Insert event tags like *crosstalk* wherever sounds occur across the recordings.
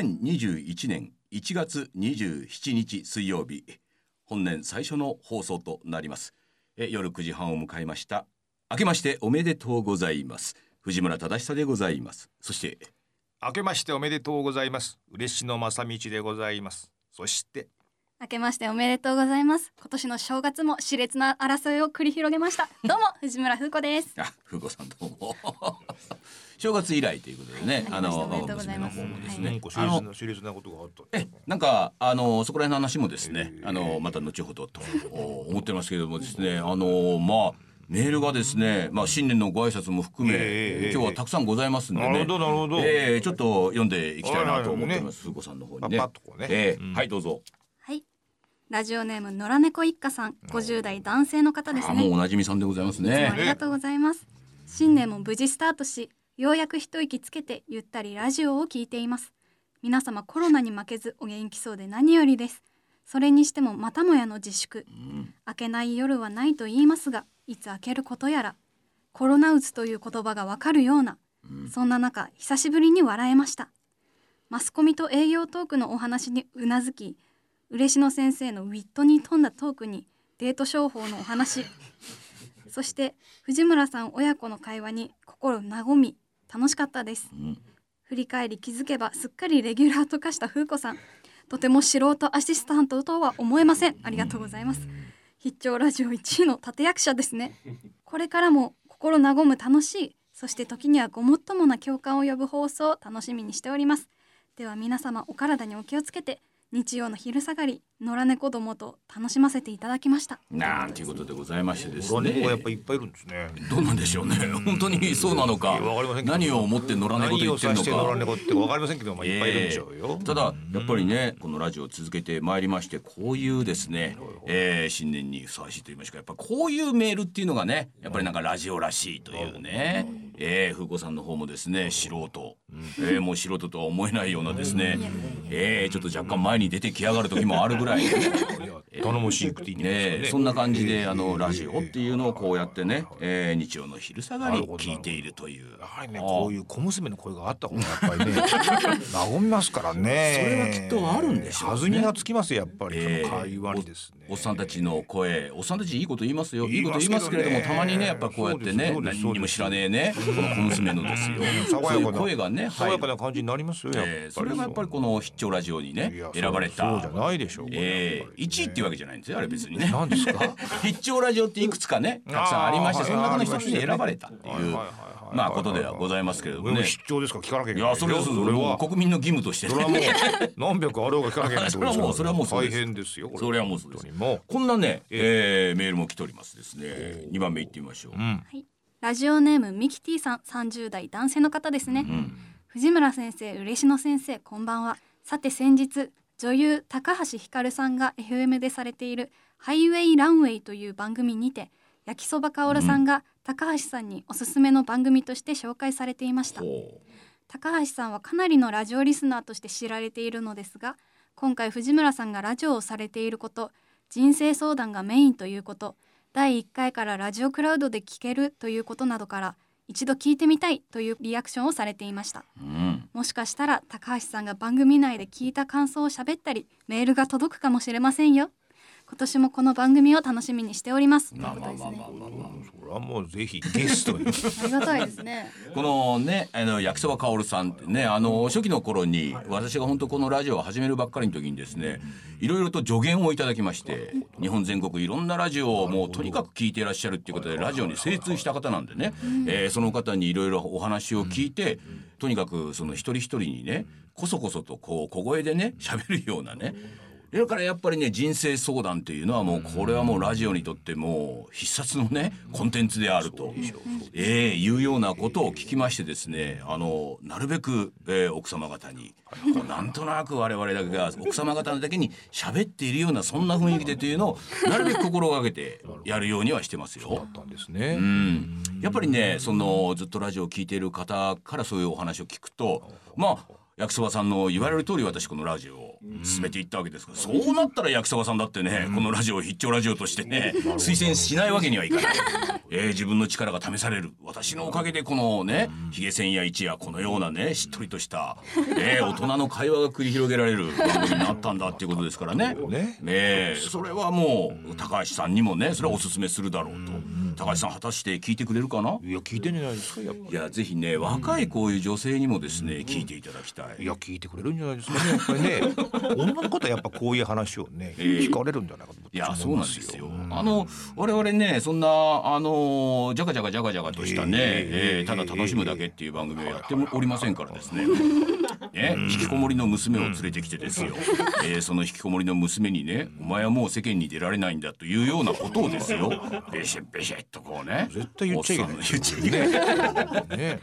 2021年1月27日水曜日本年最初の放送となりますえ夜9時半を迎えました明けましておめでとうございます藤村忠久でございますそして明けましておめでとうございます。嬉野正道でございます。そして、明けましておめでとうございます今年の正月も熾烈な争いを繰り広げ *laughs* ましたどうも藤村風子ですあ、風子さんどうも *laughs* 正月以来ということでね、はいの明けましておめでとうご娘ざいのま方すもですはねいあなんか秀の烈な秀烈なことがあった。えなんかあのそこら辺の話もですね、えーあのまた後ほどとお思ってますけれどもですねあのまあメールがですね、まあ、新年のご挨拶も含め、えー今日はたくさんございますんでなるねほどなるほど。えーちょっと読んでいきたいなと思ってはいはいまねす風子さんの方パにね。パッとこうね。えーうんはいどうぞ、はいラジオネーム野良猫一家さん50代男性の方ですあねもうおなじみさんでございますいつもあね。りがとうございます。新年も無事スタートし、ようやく一息つけてゆったりラジオを聞いています。皆様コロナに負けずお元気そうで何よりです。それにしてもまたもやの自粛。明けない夜はないと言いますが、いつ明けることやら。コロナうつという言葉がわかるような。そんな中、久しぶりに笑えました。マスコミと営業トークのお話にうなずき、嬉野先生のウィットに富んだトークに、デート商法のお話、そして藤村さん親子の会話に心和み楽しかったですうん振り返り気づけばすっかりレギュラーと化した風子さんとても素人アシスタントとは思えませんありがとうございます必聴ラジオ1位の立役者ですねこれからも心和む楽しいそして時にはごもっともな共感を呼ぶ放送を楽しみにしておりますでは皆様お体にお気をつけて日曜の昼下がり野良猫どもと楽しませていただきましたなんていうことでございましてです野良ね。猫がやっぱいっぱいいるんですね。どうなんでしょうね。 *laughs* 本当にそうなのかいやわかりません。けど何を思って野良猫と何言をってる指しての野良か。猫ってかわかりませんけど、まあいっぱいいるんでしょうよ。ただやっぱりねこのラジオを続けてまいりましてこういうですね、えー新年にふさわしいと言いましょうかやっぱこういうメールっていうのがねやっぱりなんかラジオらしいというね、えー、風子さんの方もですね素人、えーもう素人とは思えないようなですね、えー、ちょっと若干前に出てきやがる時もあるぐらい。いや頼もしいくていいんじゃな *laughs* いねですかね。そんな感じであのラジオっていうのをこうやってね、えー日曜の昼下がりなるほど聞いているというやはりあね、ーこういう小娘の声があった方がやっ *laughs* ぱりね、和みますからね。それはきっとあるんでしょうね弾みがつきますよやっぱり、えーその会話にですね。おっさんたちの声おっさんたちいいこと言いますよい言いいことま言いすまけどねすけれどもたまにねやっぱこうやってねそうですそうです何にも知らねえねこの小娘のですよ爽やかそなういう声がね爽入やかるな感じになりますよ。やっぱりえーそれがやっぱりこの必聴ラジオにねいやそう選ばれそうじたゃないでしょう。これえやっぱーり1位っていうわけじゃないんですよあれ別にね *laughs* 何ですか。必聴ラジオっていくつかねたくさんありましてあーその中の一つに選ばれたってはいいうはいはいはいまあことではございますけれども俺もね必聴ですから聞かなきゃいいけない。やそれはそうです俺は。国民の義務としてそれはもう何百あろうが聞かなきゃいけないってことですからそれはもうそれはもうそうで大す変ですよ。これそれはもうそうです本当にもう *laughs* こんなね、えーメールも来ておりますですね。二番目行ってみましょう。うん。はい、ラジオネームミキティさん30代男性の方ですね、ん藤村先生嬉野先生こんばんはさて先日女優高橋ひかるさんが FM でされている「ハイウェイランウェイ」という番組にて焼きそばかおるさんが高橋さんにおすすめの番組として紹介されていました、ほ高橋さんはかなりのラジオリスナーとして知られているのですが今回藤村さんがラジオをされていること人生相談がメインということ第1回からラジオクラウドで聞けるということなどから一度聞いてみたいというリアクションをされていましたう。うん。もしかしたら高橋さんが番組内で聞いた感想を喋ったりメールが届くかもしれませんよ今年もこの番組を楽しみにしておりますというまあことまあですまあまねあまあまあ。それはもうぜひゲストに。ありがたいですねこのね、あの焼きそばかおるさんってね、あの初期の頃に、私が本当このラジオを始めるばっかりの時にですね。いろいろと助言をいただきまして、日本全国いろんなラジオをもうとにかく聞いていらっしゃるっていうことで、ラジオに精通した方なんでね。えーその方にいろいろお話を聞いて、とにかくその一人一人にね、こそこそとこう小声でね、喋るようなね。だからやっぱりね人生相談というのはもうこれはもうラジオにとってもう必殺のねコンテンツであると、ええいうようなことを聞きましてですねあのなるべく、えー奥様方にこうなんとなく我々だけが奥様方だけに喋っているようなそんな雰囲気でというのをなるべく心がけてやるようにはしてますだよ。ったんです *laughs* ね。うん、やっぱりねそのずっとラジオを聞いている方からそういうお話を聞くとまあ焼きそばさんの言われる通り私このラジオを進めていったわけですから、そうなったら焼きそばさんだってね、このラジオを必聴ラジオとしてね、推薦しないわけにはいかない、えー自分の力が試される私のおかげでこのねひげせんや一夜このようなねしっとりとした、ね、大人の会話が繰り広げられる番組になったんだっていうことですからね。ねねえそれはもう高橋さんにもねそれはおすすめするだろうと高橋さん果たして聞いてくれるかないや聞いてんじゃないですかやっぱいやぜひね若いこういう女性にもですね聞いていただきたいいや聞いてくれるんじゃないですかねやっぱりね女の方はやっぱこういう話をねええ聞かれるんじゃないかと思っていやそうなんですよ。あのの我々ねそんなあのジャカジャカジャカジャカとしたね、ええええただ楽しむだけっていう番組はやってもおりませんからです *laughs* ね。ね、引きこもりの娘を連れてきてですよ、ええその引きこもりの娘にね「お前はもう世間に出られないんだ」というようなことをですよベシッベシッとこうね絶対言っちゃいけないおっさんの言っちゃいけないね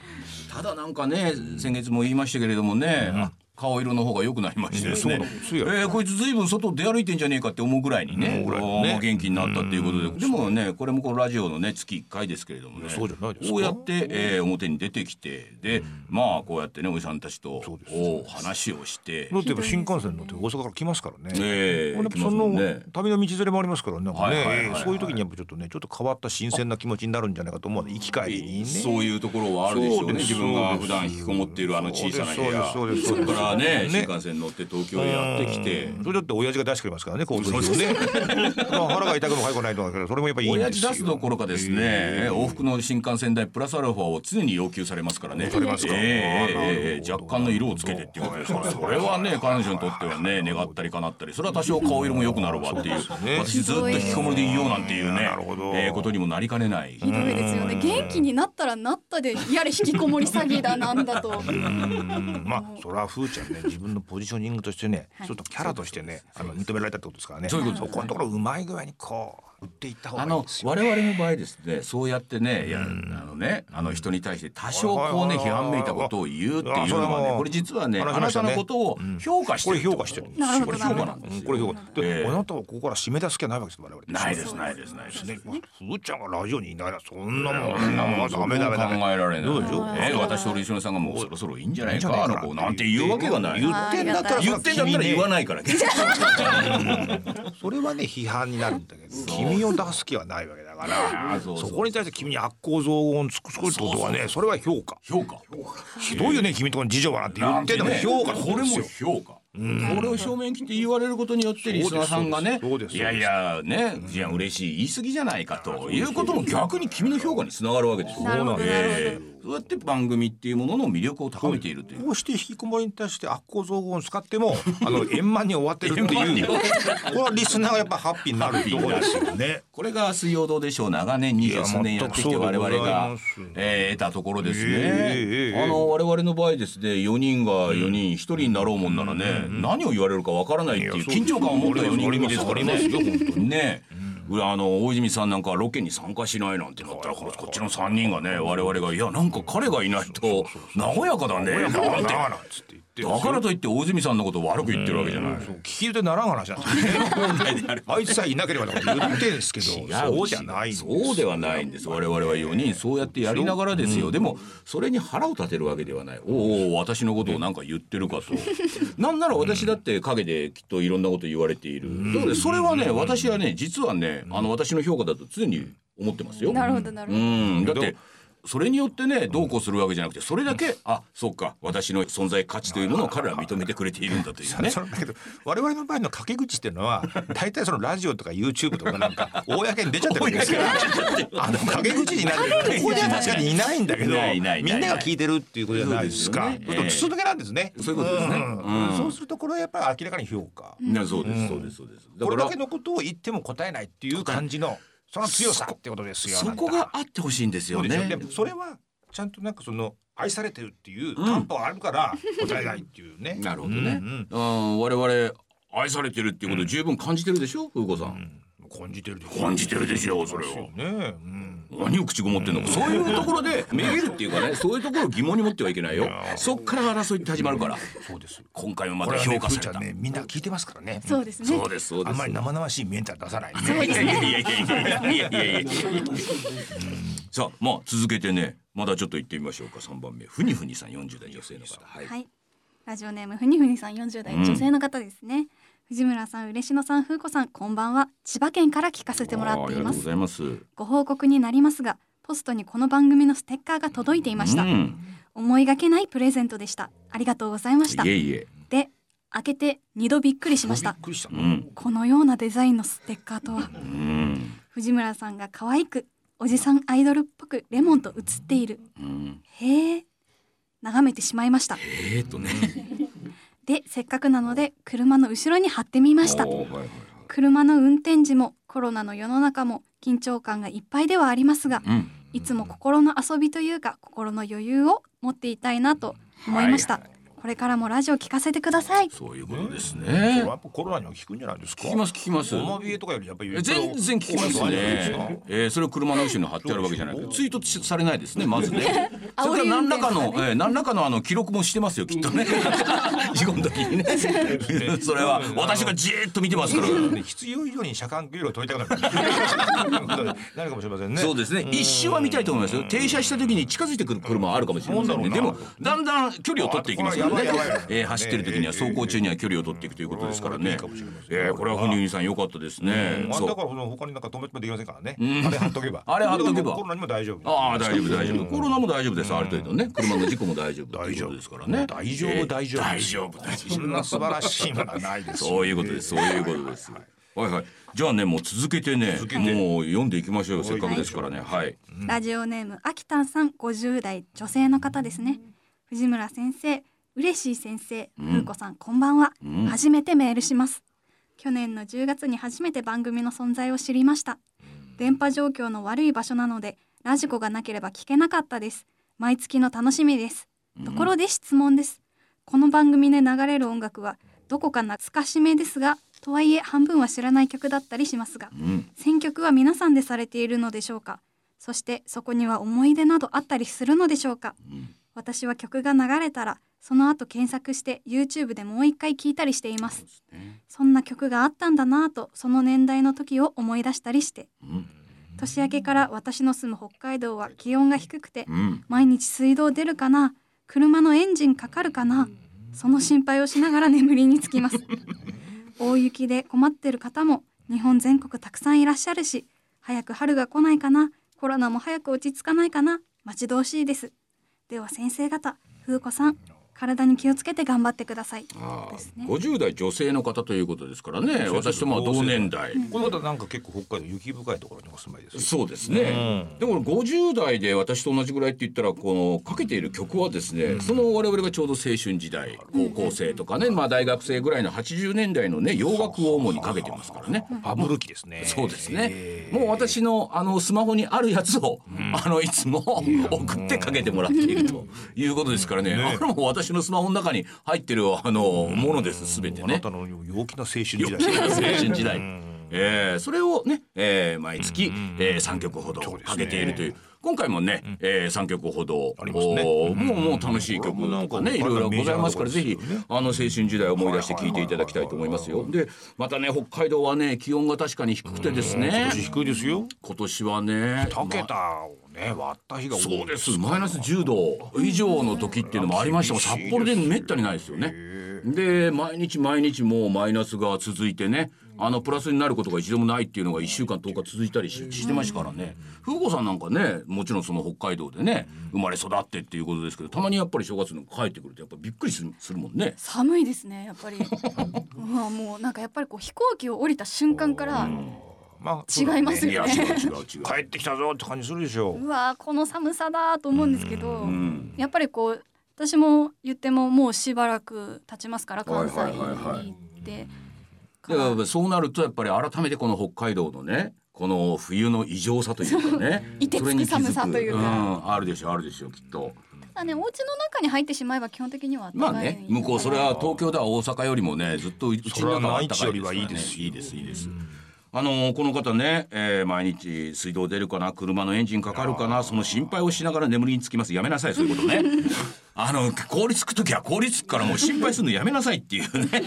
ただなんかね先月も言いましたけれどもね、あ顔色の方が良くなりましてですね、うんそうなんですよえーこいつずいぶん外出歩いてんじゃねえかって思うぐらいにね,、思うぐらいのねあー元気になったっていうことで、でもねこれもこのラジオのね月1回ですけれどもねそうじゃないですかこうやって、えー表に出てきてで、まあこうやってねおじさんたちとそうですお話をしてだっ。てやっぱ新幹線乗って大阪から来ますからねえやっーぱ来まそすもんのね旅の道連れもありますからねなんかねはいはいはいはいそういう時にやっぱちょっとねちょっと変わった新鮮な気持ちになるんじゃないかと思うの行き帰りにねそういうところはあるでしょうねそうです自分が普段引きこもっているあの小さな部屋そそうですそうですそうですこからねね新幹線乗って東京へやってきてうんそれだって親父が出してくれますからね交通費をね *laughs* まあ腹が痛くもかゆくもないと思うけどそれもやっぱいいん親です父よ出すどころかですね、往復の新幹線代プラスアルファを常に要求されますからね。されますかええあーなるええほええど若干の色をつけてっていうことですから、それはね、彼女にとってはね、願ったり叶ったり、それは多少顔色も良くなるわっていう、ね私ずっと引きこもりでいようなんていううんねなるほど、ええことにもなりかねない。ひどいですよね元気になったらなったでやれ引きこもり詐欺だなんだとうんまあそれはふーちゃんね自分のポジショニングとしてね、はいちょっとキャラとしてねあの認められたってことですからねそういうことそこのところうまい具合にこう打っていった方があいいんのですよ。我々の場合ですねそうやってねいやあのねあの人に対して多少こうねはいはいはいはい批判めいたことを言うっていうのあそはれねもこれ実はね話あしまなしたたねのことを評価してこるれってこ評と価してるんですなるほこどれ評なるほ価どなんですうんよこれ評価で、ええあなたはここから締め出す気はないわけです我々ないですないですないです。ねまあふーちゃんがラジオにいないなそんなもんそそんんななももんんダメダメダメ考えられない。どうでしょうええ私と一緒さんがもうそろそろいいんじゃないかあの子なんて言うわけがない。言ってんだったら言ってんだったら言わいないから。それはね批判になるんだけど君を出す気はないわけだからそそうそうこに対して君に悪行増言つく作るってことはねそれは *laughs* 評価評価。ひどいよね君とこの次女はなんて言なっんててでもね評価これも評価。これを正面切って言われることによってリスナーさんがねそうですそうですそうですいやいやねじゃあ嬉しい言い過ぎじゃないかということも逆に君の評価につながるわけですよなるほどなるほどええそうやって番組っていうものの魅力を高めているというこうして引きこもりに対して悪行増言を使っ *laughs* てもあの円満に終わってるって円満いにう終こわってれはリスナーがやっぱハッピーになるってことですよね。これが水曜どうでしょう長年や23年やってき全てくそう我でご々ざいがます、えー得たところですね、ええええあの我々の場合ですね4人が4人1人になろうもんならね、何を言われるかわからないっていう緊張感を持った4人組ですからねありますよ本ねあの大泉さんなんかロケに参加しないなんてなったらこのこっちの3人がね我々が「いやなんか彼がいないと和やかだね」なだんてからつって言ってるんでだすかよらといって大泉さんのことを悪く言ってるわけじゃない。そう聞き入れてならん話なんですよね。あいつさえいなければとか言ってんですけどそうじゃないんですそうではないんです我々は4人そうやってやりながらですよ、でもそれに腹を立てるわけではないおうおう私のことを何か言ってるかと、なんなら私だって陰できっといろんなこと言われている、だからそれはね私はね実はねあの私の評価だと常に思ってますよ。なるほどなるうほどん、だってそれによってねどうこうするわけじゃなくてそれだけあそうか私の存在価値というものを彼らは認めてくれているんだというねそのだけど我々の場合の掛け口っていうのは大体そのラジオとか YouTube とかなんか公に出ちゃってるんですけどあの掛け口になってるここには確かにいないんだけどいないいないいみないんなが聞いてるっていうことじゃないですかそうですよねええそうすると筒抜けなんですねそういうことですねうんそうするとこれはやっぱり明らかに評価いや *laughs* そうですそうですそうですだこかれだらけのことを言っても答えないっていう感じのその強さってことですよそこがあってほしいんですそようでしょでねもそれはちゃんとなんかその愛されてるっていう担保があるから答えないっていうね。 *laughs* なるほどねう。んうん、我々愛されてるっていうことを十分感じてるでしょ、風子さん。うん感じてるでしょ感じてるでしょ、それそうを。ね。うん。何を口ごもってんのか、そういうところで、めげるっていうかね、そういうところを疑問に持ってはいけないよ。そっから争いって始まるから、そうですよ。今回もまこたれは評ね、ふ価ーさちれゃた。んね、みんな聞いてますからね。そうですねそうです、そうであんすま。り生々しいメンタル出さないね。いやいやいやいやいやいやいや。さあ、まあ、続けてね、まだちょっと言ってみましょうか、三番目、ふにふにさん、四十代女性の方。はいはい。ラジオネームふにふにさん40代うん女性の方ですね、藤村さん嬉野さん風子さんこんばんは千葉県から聞かせてもらっていあーありがまとうごすざいます。ご報告になりますがポストにこの番組のステッカーが届いていました、うん、思いがけないプレゼントでしたありがとうございましたいえいえ。で開けて2度びっくりしましたびっくりしたう。ん。このようなデザインのステッカーとはうん。藤村さんが可愛くおじさんアイドルっぽくレモンと写っているうん。へえ眺めてしまいましたえー、っとね。でせっかくなので車の後ろに貼ってみましたおーはいはい車の運転時もコロナの世の中も緊張感がいっぱいではありますがはい。うん。いつも心の遊びというか心の余裕を持っていたいなと思いました、はこれからもラジオ聞かせてくださいそういうことですそれねは。やっぱコロナには効くんじゃないですか。聞きます聞きます。ごまびえとかよりやっぱりえ全然聞きますね。えー、それを車の後ろに貼ってあるわけじゃなくて、ツイートされないですね、まずね。それから何らかの、えー、何らかのあの記録もしてますよ、きっと *laughs* ね。事故の時にね。 *laughs* それは私がじーっと見てますから。必要以上に車間距離を取りた *laughs* くなる。 *laughs* なるかもしれませんね。そうですね。一瞬は見たいと思いますよ。停車した時に近づいてくる車はあるかもしれませんね。うんでも、だんだん距離を取っていきますからあねやばいやばいやばい。えー走ってる時には走行中には距離を取っていくということですからね。えー、これはふにふにさん良かったですね。あそんだうか。らその他になんか止めてもできませんからね。あれ貼っとけば。コロナにも大丈夫。ああ大丈夫大丈夫コロナも大丈夫ですある程度ね車の事故も大丈夫ということですからね大丈夫えー大丈夫大丈夫大丈夫そんな素晴らしいものはないです。そういうことですそういうことですはいはいじゃあねもう続けてね続けてもう読んでいきましょうよせっかくですからねはいラジオネームあきたんさん50代女性の方ですね藤村先生嬉しい先生んふうこさんこんばんは、うん初めてメールします去年の10月に初めて番組の存在を知りました電波状況の悪い場所なのでラジコがなければ聞けなかったです毎月の楽しみですところで質問です、この番組で流れる音楽はどこか懐かしめですがとはいえ半分は知らない曲だったりしますがうん選曲は皆さんでされているのでしょうかそしてそこには思い出などあったりするのでしょうかうん私は曲が流れたらその後検索して YouTube でもう一回聴いたりしていますそんな曲があったんだなぁとその年代の時を思い出したりしてうん年明けから私の住む北海道は気温が低くてうん毎日水道出るかな車のエンジンかかるかなその心配をしながら眠りに *laughs* つきます大雪で困ってる方も日本全国たくさんいらっしゃるし早く春が来ないかなコロナも早く落ち着かないかな待ち遠しいですでは先生方風子さん体に気をつけて頑張ってくださいあですねー50代女性の方ということですからねそうそうそう私とまあ同年代この方なんか結構北海道雪深いところにお住まいです。そうですね、うんでも50代で私と同じぐらいって言ったらこのかけている曲はですね、その我々がちょうど青春時代高校生とかね、まあ、大学生ぐらいの80年代のね洋楽を主にかけてますからね。バブル期ですね。そうですね。もう私のあのスマホにあるやつを、あのいつも送ってかけてもらっているということですからね。あれも私のスマホの中に入ってるあのものです。すべてあなねた。の陽気な青春時代。青春時代。えーそれをね、えー毎月、えー、3曲ほどかけているという今回もね、えー、3曲ほど、ありますねおーもうもう楽しい曲これもなんとかかねいろいろございますから、ぜメジャーひなとこですよねあの青春時代を思い出して聴いていただきたいと思いますよ。でまたね北海道はね気温が確かに低くてですね年低いですよ。今年はねたけまあたをね割った日が多いそうですマイナス10度以上の時っていうのもありましたが札厳しいです幌でめったにないですよね。で毎日毎日もうマイナスが続いてねあのプラスになることが一度もないっていうのが1週間10日続いたりししてましたからね風子さんなんかねもちろんその北海道でね生まれ育ってっていうことですけどたまにやっぱり正月に帰ってくるとやっぱびっくりするするもんね。寒いですねやっぱり *laughs* うわもうなんかやっぱりこう飛行機を降りた瞬間からまあそうだ違いますいやよ違うね違う違う。帰ってきたぞって感じするでしょうわこの寒さだと思うんですけどんやっぱりこう私も言ってももうしばらく経ちますからは関い西はいにはいはい行ってかだらからそうなるとやっぱり改めてこの北海道のねこの冬の異常さという *laughs* かね凍てつくそれに気づ寒さというかん、あるでしょうあるでしょうきっとただねお家の中に入ってしまえば基本的には暖まあかいね向こうそれは東京では大阪よりもねずっとうちの中はあったかいですから、ね、それは毎日よりはいいですいいですいいですあのーこの方ね、えー毎日水 *laughs* 道出るかな車のエンジンかかるかなその心配をしながら眠りにつきますやめなさいそういうことねあの凍りつく時は凍りつくからもう心配するのやめなさいっていう *laughs* ね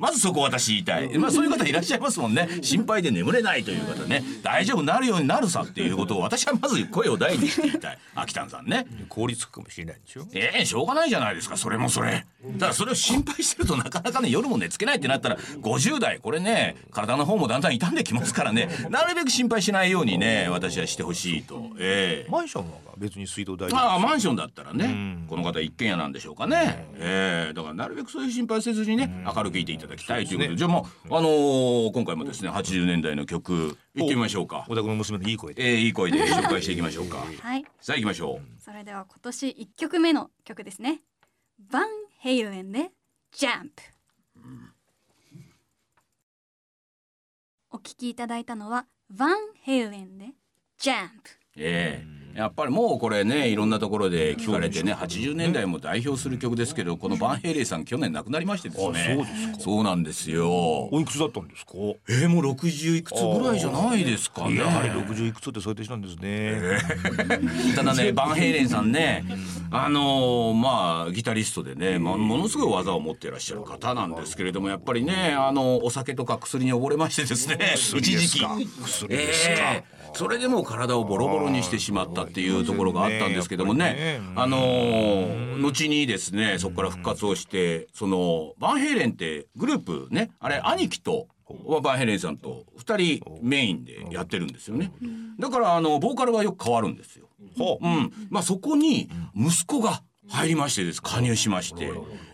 まずそこ私言いたいまあそういう方いらっしゃいますもんね心配で眠れないという方ね大丈夫になるようになるさっていうことを私はまず声を大にして言いたい秋田さんね効率かもしれないでしょええしょうがないじゃないですかそれもそれただそれを心配してるとなかなかね夜も寝つけないってなったら50代これね体の方もだんだん傷んできますからねなるべく心配しないようにね私はしてほしいとええマンションは別に水道大丈まあ夫マンションだったらね、んこの方一軒家なんでしょうかね、ええだからなるべくそういう心配せずにね、明るくいていただきたいということでそうですねじゃあもう、あのー今回もですね80年代の曲いってみましょうか小田君の娘のいい声でええいい声で紹介していきましょうかはいさあ行きましょそれでは今年1曲目の曲ですねバン・ヘイルエンで「ジャンプ」お聴きいただいたのはバン・ヘイルエンで「ジャンプうええやっぱりもうこれねいろんなところで聞かれてね80年代も代表する曲ですけどこのバンヘイレイさん去年亡くなりましてですねあそうですかそうなんですよおいくつだったんですかええもう60いくつぐらいじゃないですかねやはり60いくつってそういう年なんですねただね、バンヘイレンさんね、あのーまあギタリストでね、まあものすごい技を持っていらっしゃる方なんですけれども、やっぱりね、あのお酒とか薬に溺れましてですね、一薬で時す期か。薬えですかえそれでもう体をボロボロにしてしまったっていうところがあったんですけどもねやっぱりねあのー後にですねそこから復活をしてそのバンヘイレンってグループねあれ兄貴とバンヘイレンさんと2人メインでやってるんですよねだからあのボーカルはよく変わるんですよ。ほううん、まあそこに息子が入りましてです加入しまして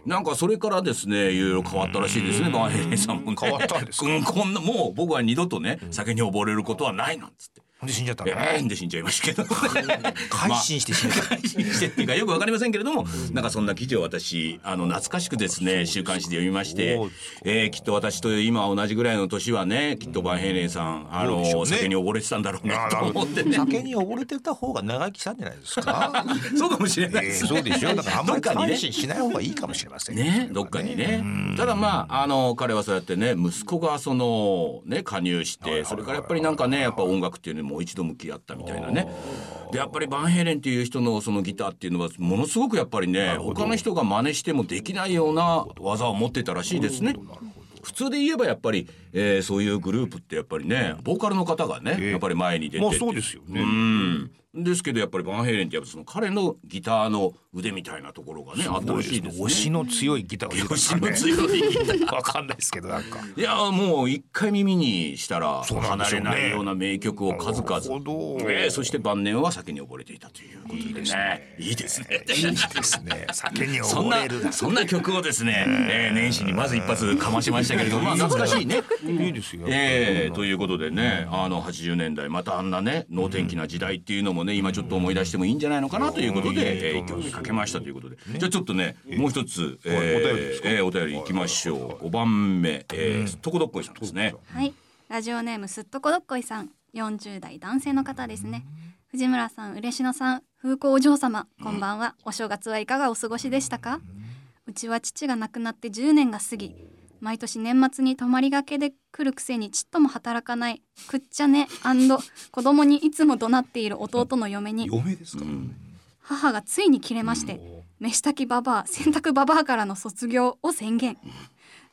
なんかそれからですねいろいろ変わったらしいですねバンヘイレンさんもね変わったんですかうんこんなもう僕は二度とね酒に溺れることはないなんつって。ほんで死んじゃったんえだーんで死んじゃいましたけどね改心して死んじゃった配信してっていうかよくわかりませんけれどもなんかそんな記事を私あの懐かしくですね週刊誌で読みましてそうですか、えーきっと私と今同じぐらいの年はねきっとバンヘイレンさんあそうの、でしょうね酒に溺れてたんだろう *laughs* なと思ってね酒に溺れてた方が長生きしたんじゃないですか *laughs* そうかもしれないえでえすねそうでしょだからあんまりどっかにね改心しない方がいいかもしれませんね、どっかにね。ただまあ、あの、彼はそうやってね、息子がその、ね、加入しはいはて、いはいそれからやっぱりなんかね、やっぱ音楽っていうのにもう一度向き合ったみたいなね。で、やっぱりバンヘイレンっていう人のそのギターっていうのは、ものすごくやっぱりね、他の人が真似してもできないような技を持ってたらしいですね。普通で言えばやっぱり、えーそういうグループってやっぱりね、ボーカルの方がええね、やっぱり前に出てもっうてそうですよねうん、ですけどやっぱりバンヘイレンってやっぱその彼のギターの腕みたいなところがねあったらしいですね。推しの強いギターを入れたん押ですしかねの強いギターわかんないですけどなん *laughs* かいやもう一回耳にしたらそうなん離ですよれねないような名曲を数なるほど々、ええそして晩年は酒に溺れていたということでねいいですねいいですね酒にそん溺なれるそんな曲をですね、ええ年始にまず一発かましましたけれどもまあ懐かしいね。いいですよええということでね、あの80年代またあんなね能天気な時代っていうのもね今ちょっと思い出してもいいんじゃないのかなということで、えー、曲にかけましたということで、じゃあちょっとねもう一つ、えはいお便りですーえーお便りいきましょう5番目、えー、とこどっこいさんですね」。はいラジオネームすっとこどっこいさん40代男性の方ですね藤村さん嬉野さん風光お嬢様こんばんはお正月はいかがお過ごしでしたかうちは父が亡くなって10年が過ぎ毎年年末に泊まりがけで来るくせにちっとも働かないくっちゃね子供にいつも怒鳴っている弟の嫁に嫁ですか母がついに切れまして飯炊きババア洗濯ババアからの卒業を宣言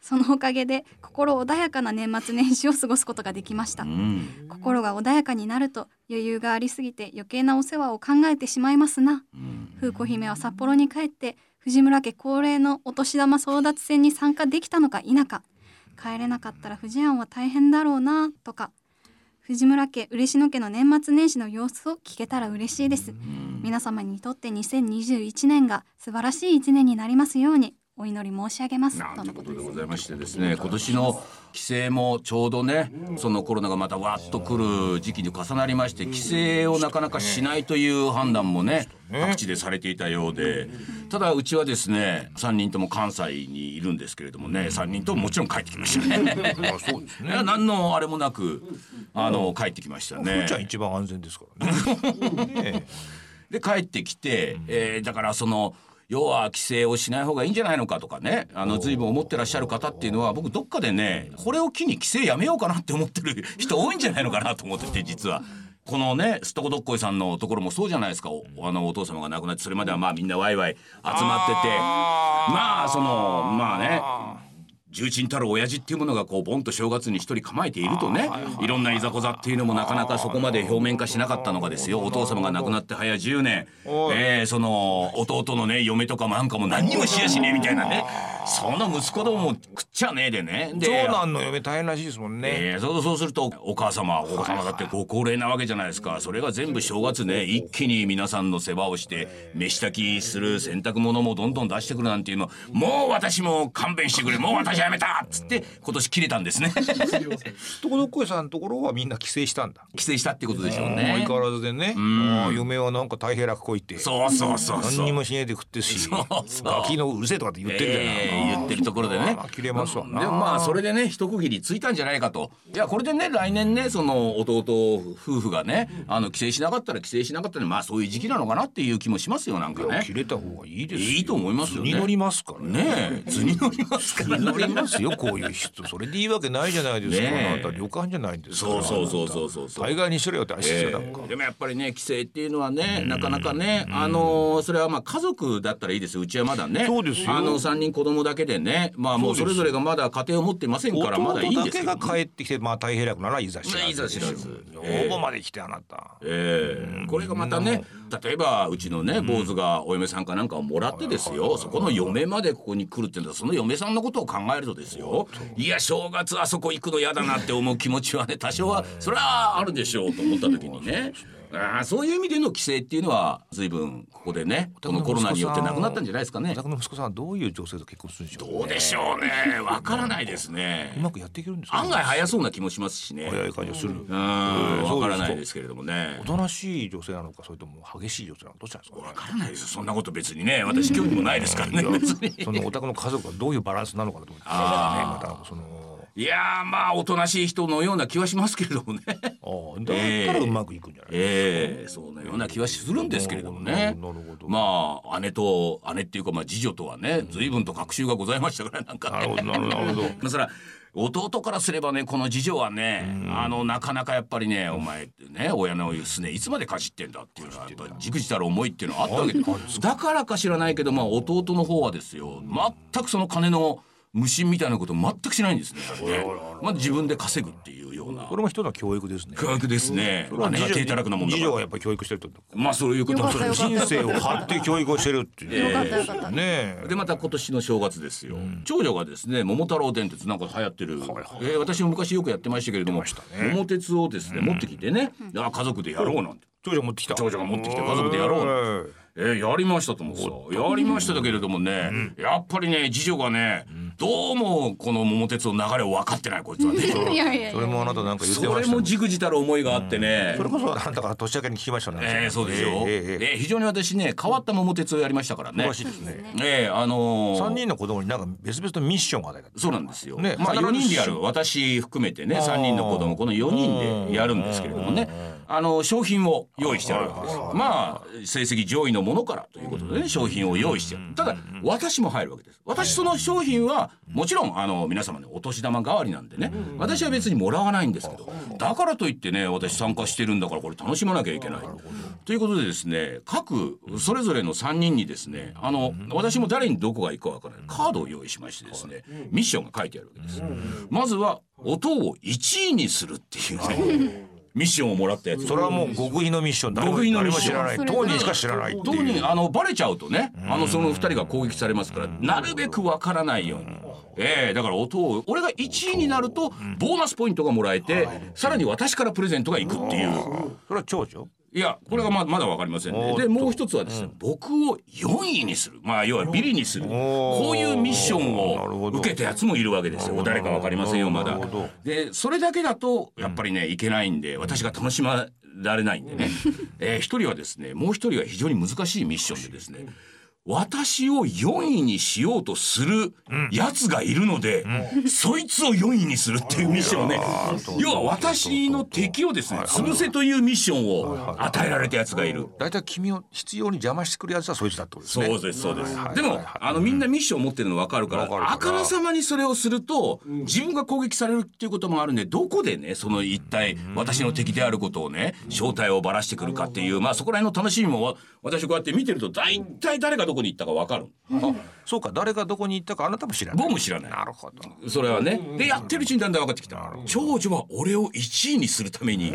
そのおかげで心穏やかな年末年始を過ごすことができましたうん心が穏やかになると余裕がありすぎて余計なお世話を考えてしまいますなうん風子姫は札幌に帰って藤村家恒例のお年玉争奪戦に参加できたのか否か帰れなかったら藤庵は大変だろうなとか藤村家嬉野家の年末年始の様子を聞けたら嬉しいです皆様にとって2021年が素晴らしい一年になりますようにお祈り申し上げますなんとてのここととでですございましてですね今年の規制もちょうどねそのコロナがまたわーっと来る時期に重なりまして規制をなかなかしないという判断もね各地でされていたようでただうちはですね3人とも関西にいるんですけれどもね3人とももちろん帰ってきました *laughs* ね。あそうで *laughs* すいねや何のあれもなくあの帰ってきましたねふーちゃん一番安全ですから *laughs* ねねで帰ってきて、えーだからその要は規制をしない方がいいんじゃないのかとかねあの随分思ってらっしゃる方っていうのは僕どっかでねこれを機に規制やめようかなって思ってる人多いんじゃないのかなと思ってて実は。このねすっとこどっこいさんのところもそうじゃないですかおあのお父様が亡くなってそれまではまあみんなワイワイ集まっててまあそのまあね重鎮たる親父っていうものがこうボンと正月に一人構えているとねいろんないざこざっていうのもなかなかそこまで表面化しなかったのがですよお父様が亡くなって早10年おいえーその弟のね嫁とかもなんかも何にもしやしねえみたいなねその息子どもも食っちゃねえでねで長男の嫁大変らしいですもんね。えーそうそうするとお母様お子様だってご高齢なわけじゃないですかそれが全部正月ね一気に皆さんの世話をして飯炊きする洗濯物もどんどん出してくるなんていうのもう私も勘弁してくれもう私やめたっつって今年切れたん *laughs* ですねすっとこどっこいさんのところはみんな帰省したんだ。帰省したってことでしょう相ね変わらずでね。うん嫁はなんか大平楽こいって。そうそうそうそう何にもしねえで食ってるし、そうそうガキのうるせえとかって言ってんだよな。えー言ってるところでねまあ切れますわなでもまあそれでね一区切りついたんじゃないかといやこれでね来年ねその弟夫婦がねあの帰省しなかったら帰省しなかったらまあそういう時期なのかなっていう気もしますよなんかね切れた方がいいですよ。いいと思いますよね図に乗りますからね。ねえ図に乗りますか図らにね乗りますよこういう人。それでいいわけないじゃないですか。ねえあなた旅館じゃないんですから。 *laughs* そうそうそうそうそうそう大概にしろよって足ですよなんか。でもやっぱりね帰省っていうのはねなかなかねあのーそれはまあ家族だったらいいですうちはまだねそうですよあの3人子供だけでねまあもうそれぞれがまだ家庭を持ってませんからまだいいん弟ですだけけどがね帰ってきて、まあ、大平楽ならいざ知らず。いざ知らず女ええ房まで来てあなた。ええこれがまたね例えばうちのね坊主がお嫁さんかなんかをもらってですよそこの嫁までここに来るっていうのはその嫁さんのことを考えるとですよいや正月あそこ行くの嫌だなって思う気持ちはね多少はそれはあるでしょうと思った時にねああそういう意味での規制っていうのは随分ここでねこのコロナによってなくなったんじゃないですかねお。宅の息子さんはどういう女性と結婚するんでしょう、どうでしょうねわからないですうね。まくやっていけるんですか、案外早そうな気もしますしね。早い感じがすうる。んわからないですけれどもねお。となしい女性なのか、それとも激しい女性なのか、どっちなんですわかからないですよそんなこと別にね私興味もないですからねね。別にいや *laughs* そのお宅の家族がどういうバランスなのかなと思って。ね、あまた、その。いやーまあおとなしい人のような気はしますけれどもねああ、だったらうまくいくんじゃない。 *laughs* ええそのような気はするんですけれどもなるねほどなるほどまあ姉と姉っていうかまあ次女とはね随分と隔週がございましたからなんかなるほ *laughs* ど、なるほど、なるほど。そら弟からすればねこの次女はねあのなかなかやっぱりねお前ってね親のすねいつまでかじってんだっていうのはやっぱりじくじたる思いっていうのはあったわけでだからか知らないけどまあ弟の方はですよ全くその金の無心みたいなこと全くしないんですねあれねまあ自分で稼ぐっていうようなこれも一つの教育ですね。教育ですねまあ姉が手たらくなもんだ次か女はらやっぱり教育してるってこと。まあそういうことはそうです人生を張って教育をしてるっていう。よかったよかった。ねえ。でまた今年の正月ですよ、長女がですね桃太郎電鉄なんか流行ってる、えー私も昔よくやってましたけれども、桃鉄をですね持ってきてね、あ家族でやろうなんて、長女持ってきた。長女が持ってきて家族でやろうう。えーやりましたと思うさやりましただけれどもね、やっぱりね次女がね、どうもこの桃鉄の流れを分かってないこいつはねいやいやいそや。れもあなたなんか言っ *laughs* てそまれしたもね。じくじたる思いがあってね、それこそあなたから年明けに聞きましたね。えーそうですよ、えええええー非常に私ね変わった桃鉄をやりましたからね詳しいですね。えーあのー三人の子供になんか別々のミッションが与えた。そうなんですよ。ねまあ必ず4人でやる私含めてね3人の子供この4人でやるんですけれどもねあの商品を用意してあるわけですまあ成績上位のものからということでね商品を用意してあるただ私も入るわけです私その商品はもちろんあの皆様ねお年玉代わりなんでね私は別にもらわないんですけどだからといってね私参加してるんだからこれ楽しまなきゃいけない。ということでですね各それぞれの3人にですねあの私も誰にどこが行くかわからないカードを用意しましてですねミッションが書いてあるわけです。まずは音を1位にするっていうねミッションをもらったやつ。それはもう極秘のミッション。誰も極秘のミッ誰もショ知ンらない。当人しか知らないって当いう。にあのバレちゃうとねあのその2人が攻撃されますからなるべくわからないように、ええだから音を俺が1位になるとボーナスポイントがもらえてさらに私からプレゼントがいくっていうそれは長女。いやこれがままだわかりませんねおーっでともう一つはですね、僕を4位にするまあ要はビリにするおーこういうミッショなるンをほど受けたやつもいるわけですよ誰かわかりませんよまなだるほど。でそれだけだとやっぱりねいけないんで私が楽しまられないんでね、えー一人はですねもう一人は非常に難しいミッションでですね私を4位にしようとするやつがいるので、そいつを4位にするっていうミッションをね要は私の敵をですね潰せというミッションを与えられたやつがいる。大体君を必要に邪魔してくるやつはそいつだってことですね。そうですそうですはいはい。でもはいあのみんなミッションを持ってるの分かるから、分かるからあからさまにそれをすると自分が攻撃されるっていうこともあるんで、どこでねその一体私の敵であることをね正体をばらしてくるかっていうまあそこら辺の楽しみもわ私こうやって見てると大体誰がどこに行ったか分かる。あそうか誰がどこに行ったかあなたも知らない。僕も知らないなるほど。それはね。でやってるうちにだんだん分かってきた。長女は俺を1位にするために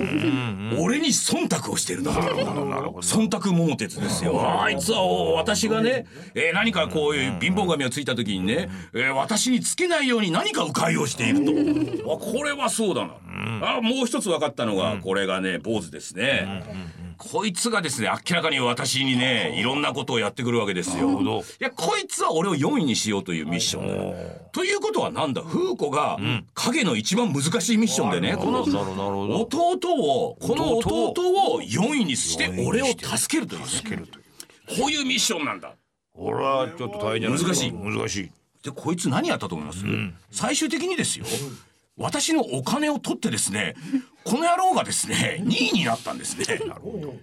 俺に忖度をしてるんだ。なるほど。忖度桃鉄ですよあいつは私がね、えー何かこういう貧乏神をついた時にね、えー私につけないように何か迂回をしているとあこれはそうだなあもう一つ分かったのがこれがね坊主ですねこいつがですね明らかに私にねいろんなことをやってくるわけですよいやこいつは俺を4位にしようというミッションということはなんだ風子が影の一番難しいミッションでねこのなるほどなるほど。弟をこの弟を弟を4位にして俺を助けるという助けるというこういうミッションなんだ俺はちょっと大変じゃない難しい難しい。でこいつ何やったと思います、最終的にですよ私のお金を取ってですねこの野郎がですね2位になったんですね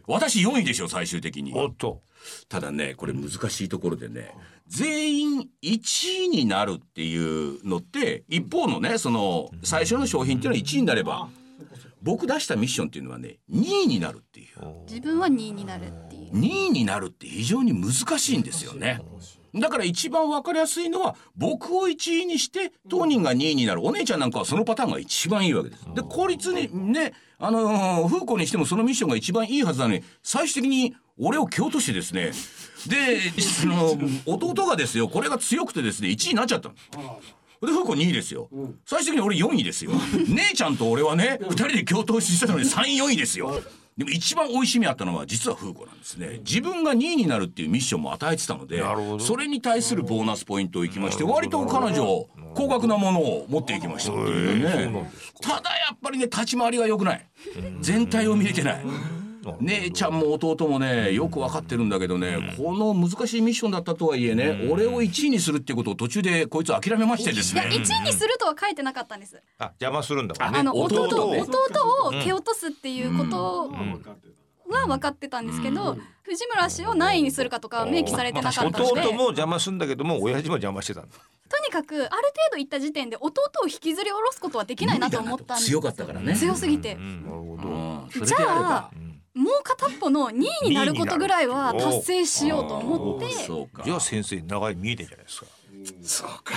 私4位でしょ最終的におっと。ただねこれ難しいところでね全員1位になるっていうのって一方のねその最初の商品っていうのは1位になれば僕出したミッションっていうのはね2位になるっていう自分は2位になるっていう2位になるって非常に難しいんですよね。だから一番わかりやすいのは僕を1位にして当人が2位になるお姉ちゃんなんかはそのパターンが一番いいわけです。で効率にねあのー風子にしてもそのミッションが一番いいはずなのに最終的に俺を蹴落としてですねでその弟がですよこれが強くてですね1位になっちゃったの。で風子2位ですよ、最終的に俺4位 *laughs* ですよ姉ちゃんと俺はね2人で共闘してたのに3位4位ですよでも一番美味しみあったのは実は風子なんですね自分が2位になるっていうミッションも与えてたのでるほどそれに対するボーナスポイントをいきまして割と彼女高額なものを持っていきましたっていうねただやっぱりね立ち回りが良くない全体を見れてない姉ちゃんも弟もねよく分かってるんだけどね、この難しいミッションだったとはいえね、俺を1位にするってことを途中でこいつ諦めましてですいやね1位にするとは書いてなかったんですあ邪魔するんだもんね。あの弟弟を弟ねを蹴落とすっていうことは分かってたんですけど、藤村氏を何位にするかとかは明記されてなかったので、弟も邪魔するんだけども親父も邪魔してたんだ。とにかくある程度行った時点で弟を引きずり下ろすことはできないなと思ったんです強かったからね強すぎて、うんなるほど。うんじゃあもう片っぽの2位になることぐらいは達成しようと思ってそうかじゃあ先生流れ見えてんじゃないですか。そうか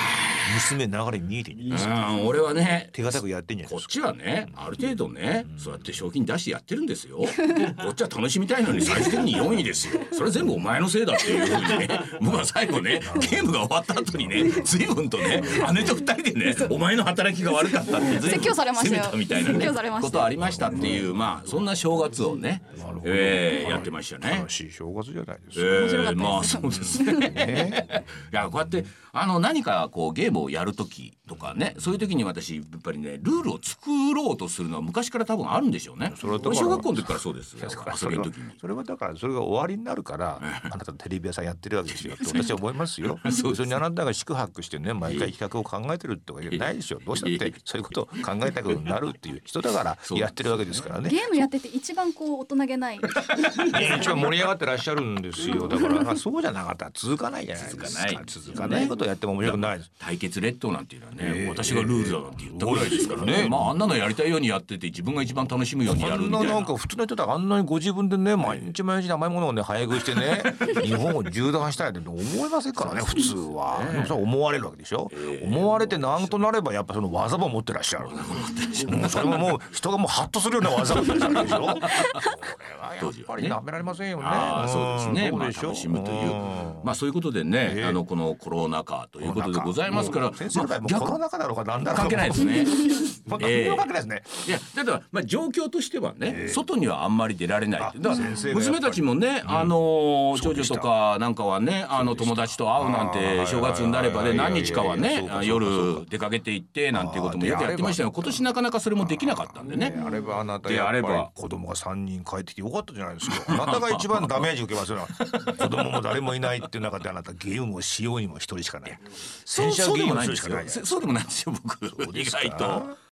娘流れ見えてんじゃないですか。うん俺はね手堅くやってんじゃないこっですか。ちはねある程度ねそうやって賞金出してやってるんですよこっちは楽しみたいのに最終的に4位ですよそれは全部お前のせいだっていうふうに *laughs* ね僕は最後ねゲームが終わった後にね随分とね姉と二人でねお前の働きが悪かったって随分説教されましたよ責めみたいな説ね教されましたことありましたっていうまあそんな正月をねえーやってましたね楽。しい正月じゃないですえか。ー、まあそうですね。 *laughs* いやこうやってあの何かこうゲームをやる時とかねそういう時に私やっぱりねルールを作ろうとするのは昔から多分あるんでしょうね。れはだから俺小学校の時からそうですよ。遊そびれのは時に。それはだからそれが終わりになるからあなたテレビ屋さんやってるわけです *laughs* よって私は思いますよ。それにあなたが宿泊してね毎回企画を考えてるってわけじゃないでしょどうした *laughs* ってそういうことを考えたくなるっていう人だからそうやってるわけですからね。ゲームやってて一番こう大人げない一番盛り上がってらっしゃるんですよだからそうじゃなかったら続かないじゃないですか続かない続かないことをやっても面白くないです。対決列島なんていうのはね、私がルールだなんて言ったぐらいですからね、まああんなのやりたいようにやってて自分が一番楽しむようにやあるみんたないななんか普通の人だとあんなにご自分でね毎日毎日甘いものをね早食いして *laughs* ね日本を縦断したいって思いませんからね普通は、でもそう思われるわけでしょ、思われてなんとなればやっぱその技も持ってらっしゃるもうそれももう人がもうハッとするような技を持ってらっしゃるでしょ *laughs* これはやっぱりなめられませんよねああそうですね、んまあ、しょ楽しむといううんまあそういうことでね、ええあのこのコロナ禍ということでございますから、先生の場合もまあコロナ禍だろうがなんだろうが関係ないです *laughs* ね。もう何にも関係ないですね、いやだからまあ状況としてはね、外にはあんまり出られないだから先生がやっぱり娘たちもね、あのー長女とかなんかはねあの友達と会うなんあーはいはいてはい正月になればねいやいやいや何日かはそうねかそうか夜出かけて行ってなんていうこともよくやってましたけど今年なかなかそれもできなかったんでね。あればあなたでやあっれぱばり子供が三人帰ってきてよかっったじゃないですか。あなたが一番ダメージ受けますよ。子供も誰もいないっていう中であなたゲームをしようにも一人しかない。戦車そうゲームないんですそうよ。も一人しかそうそうでもないんですよ僕意外と。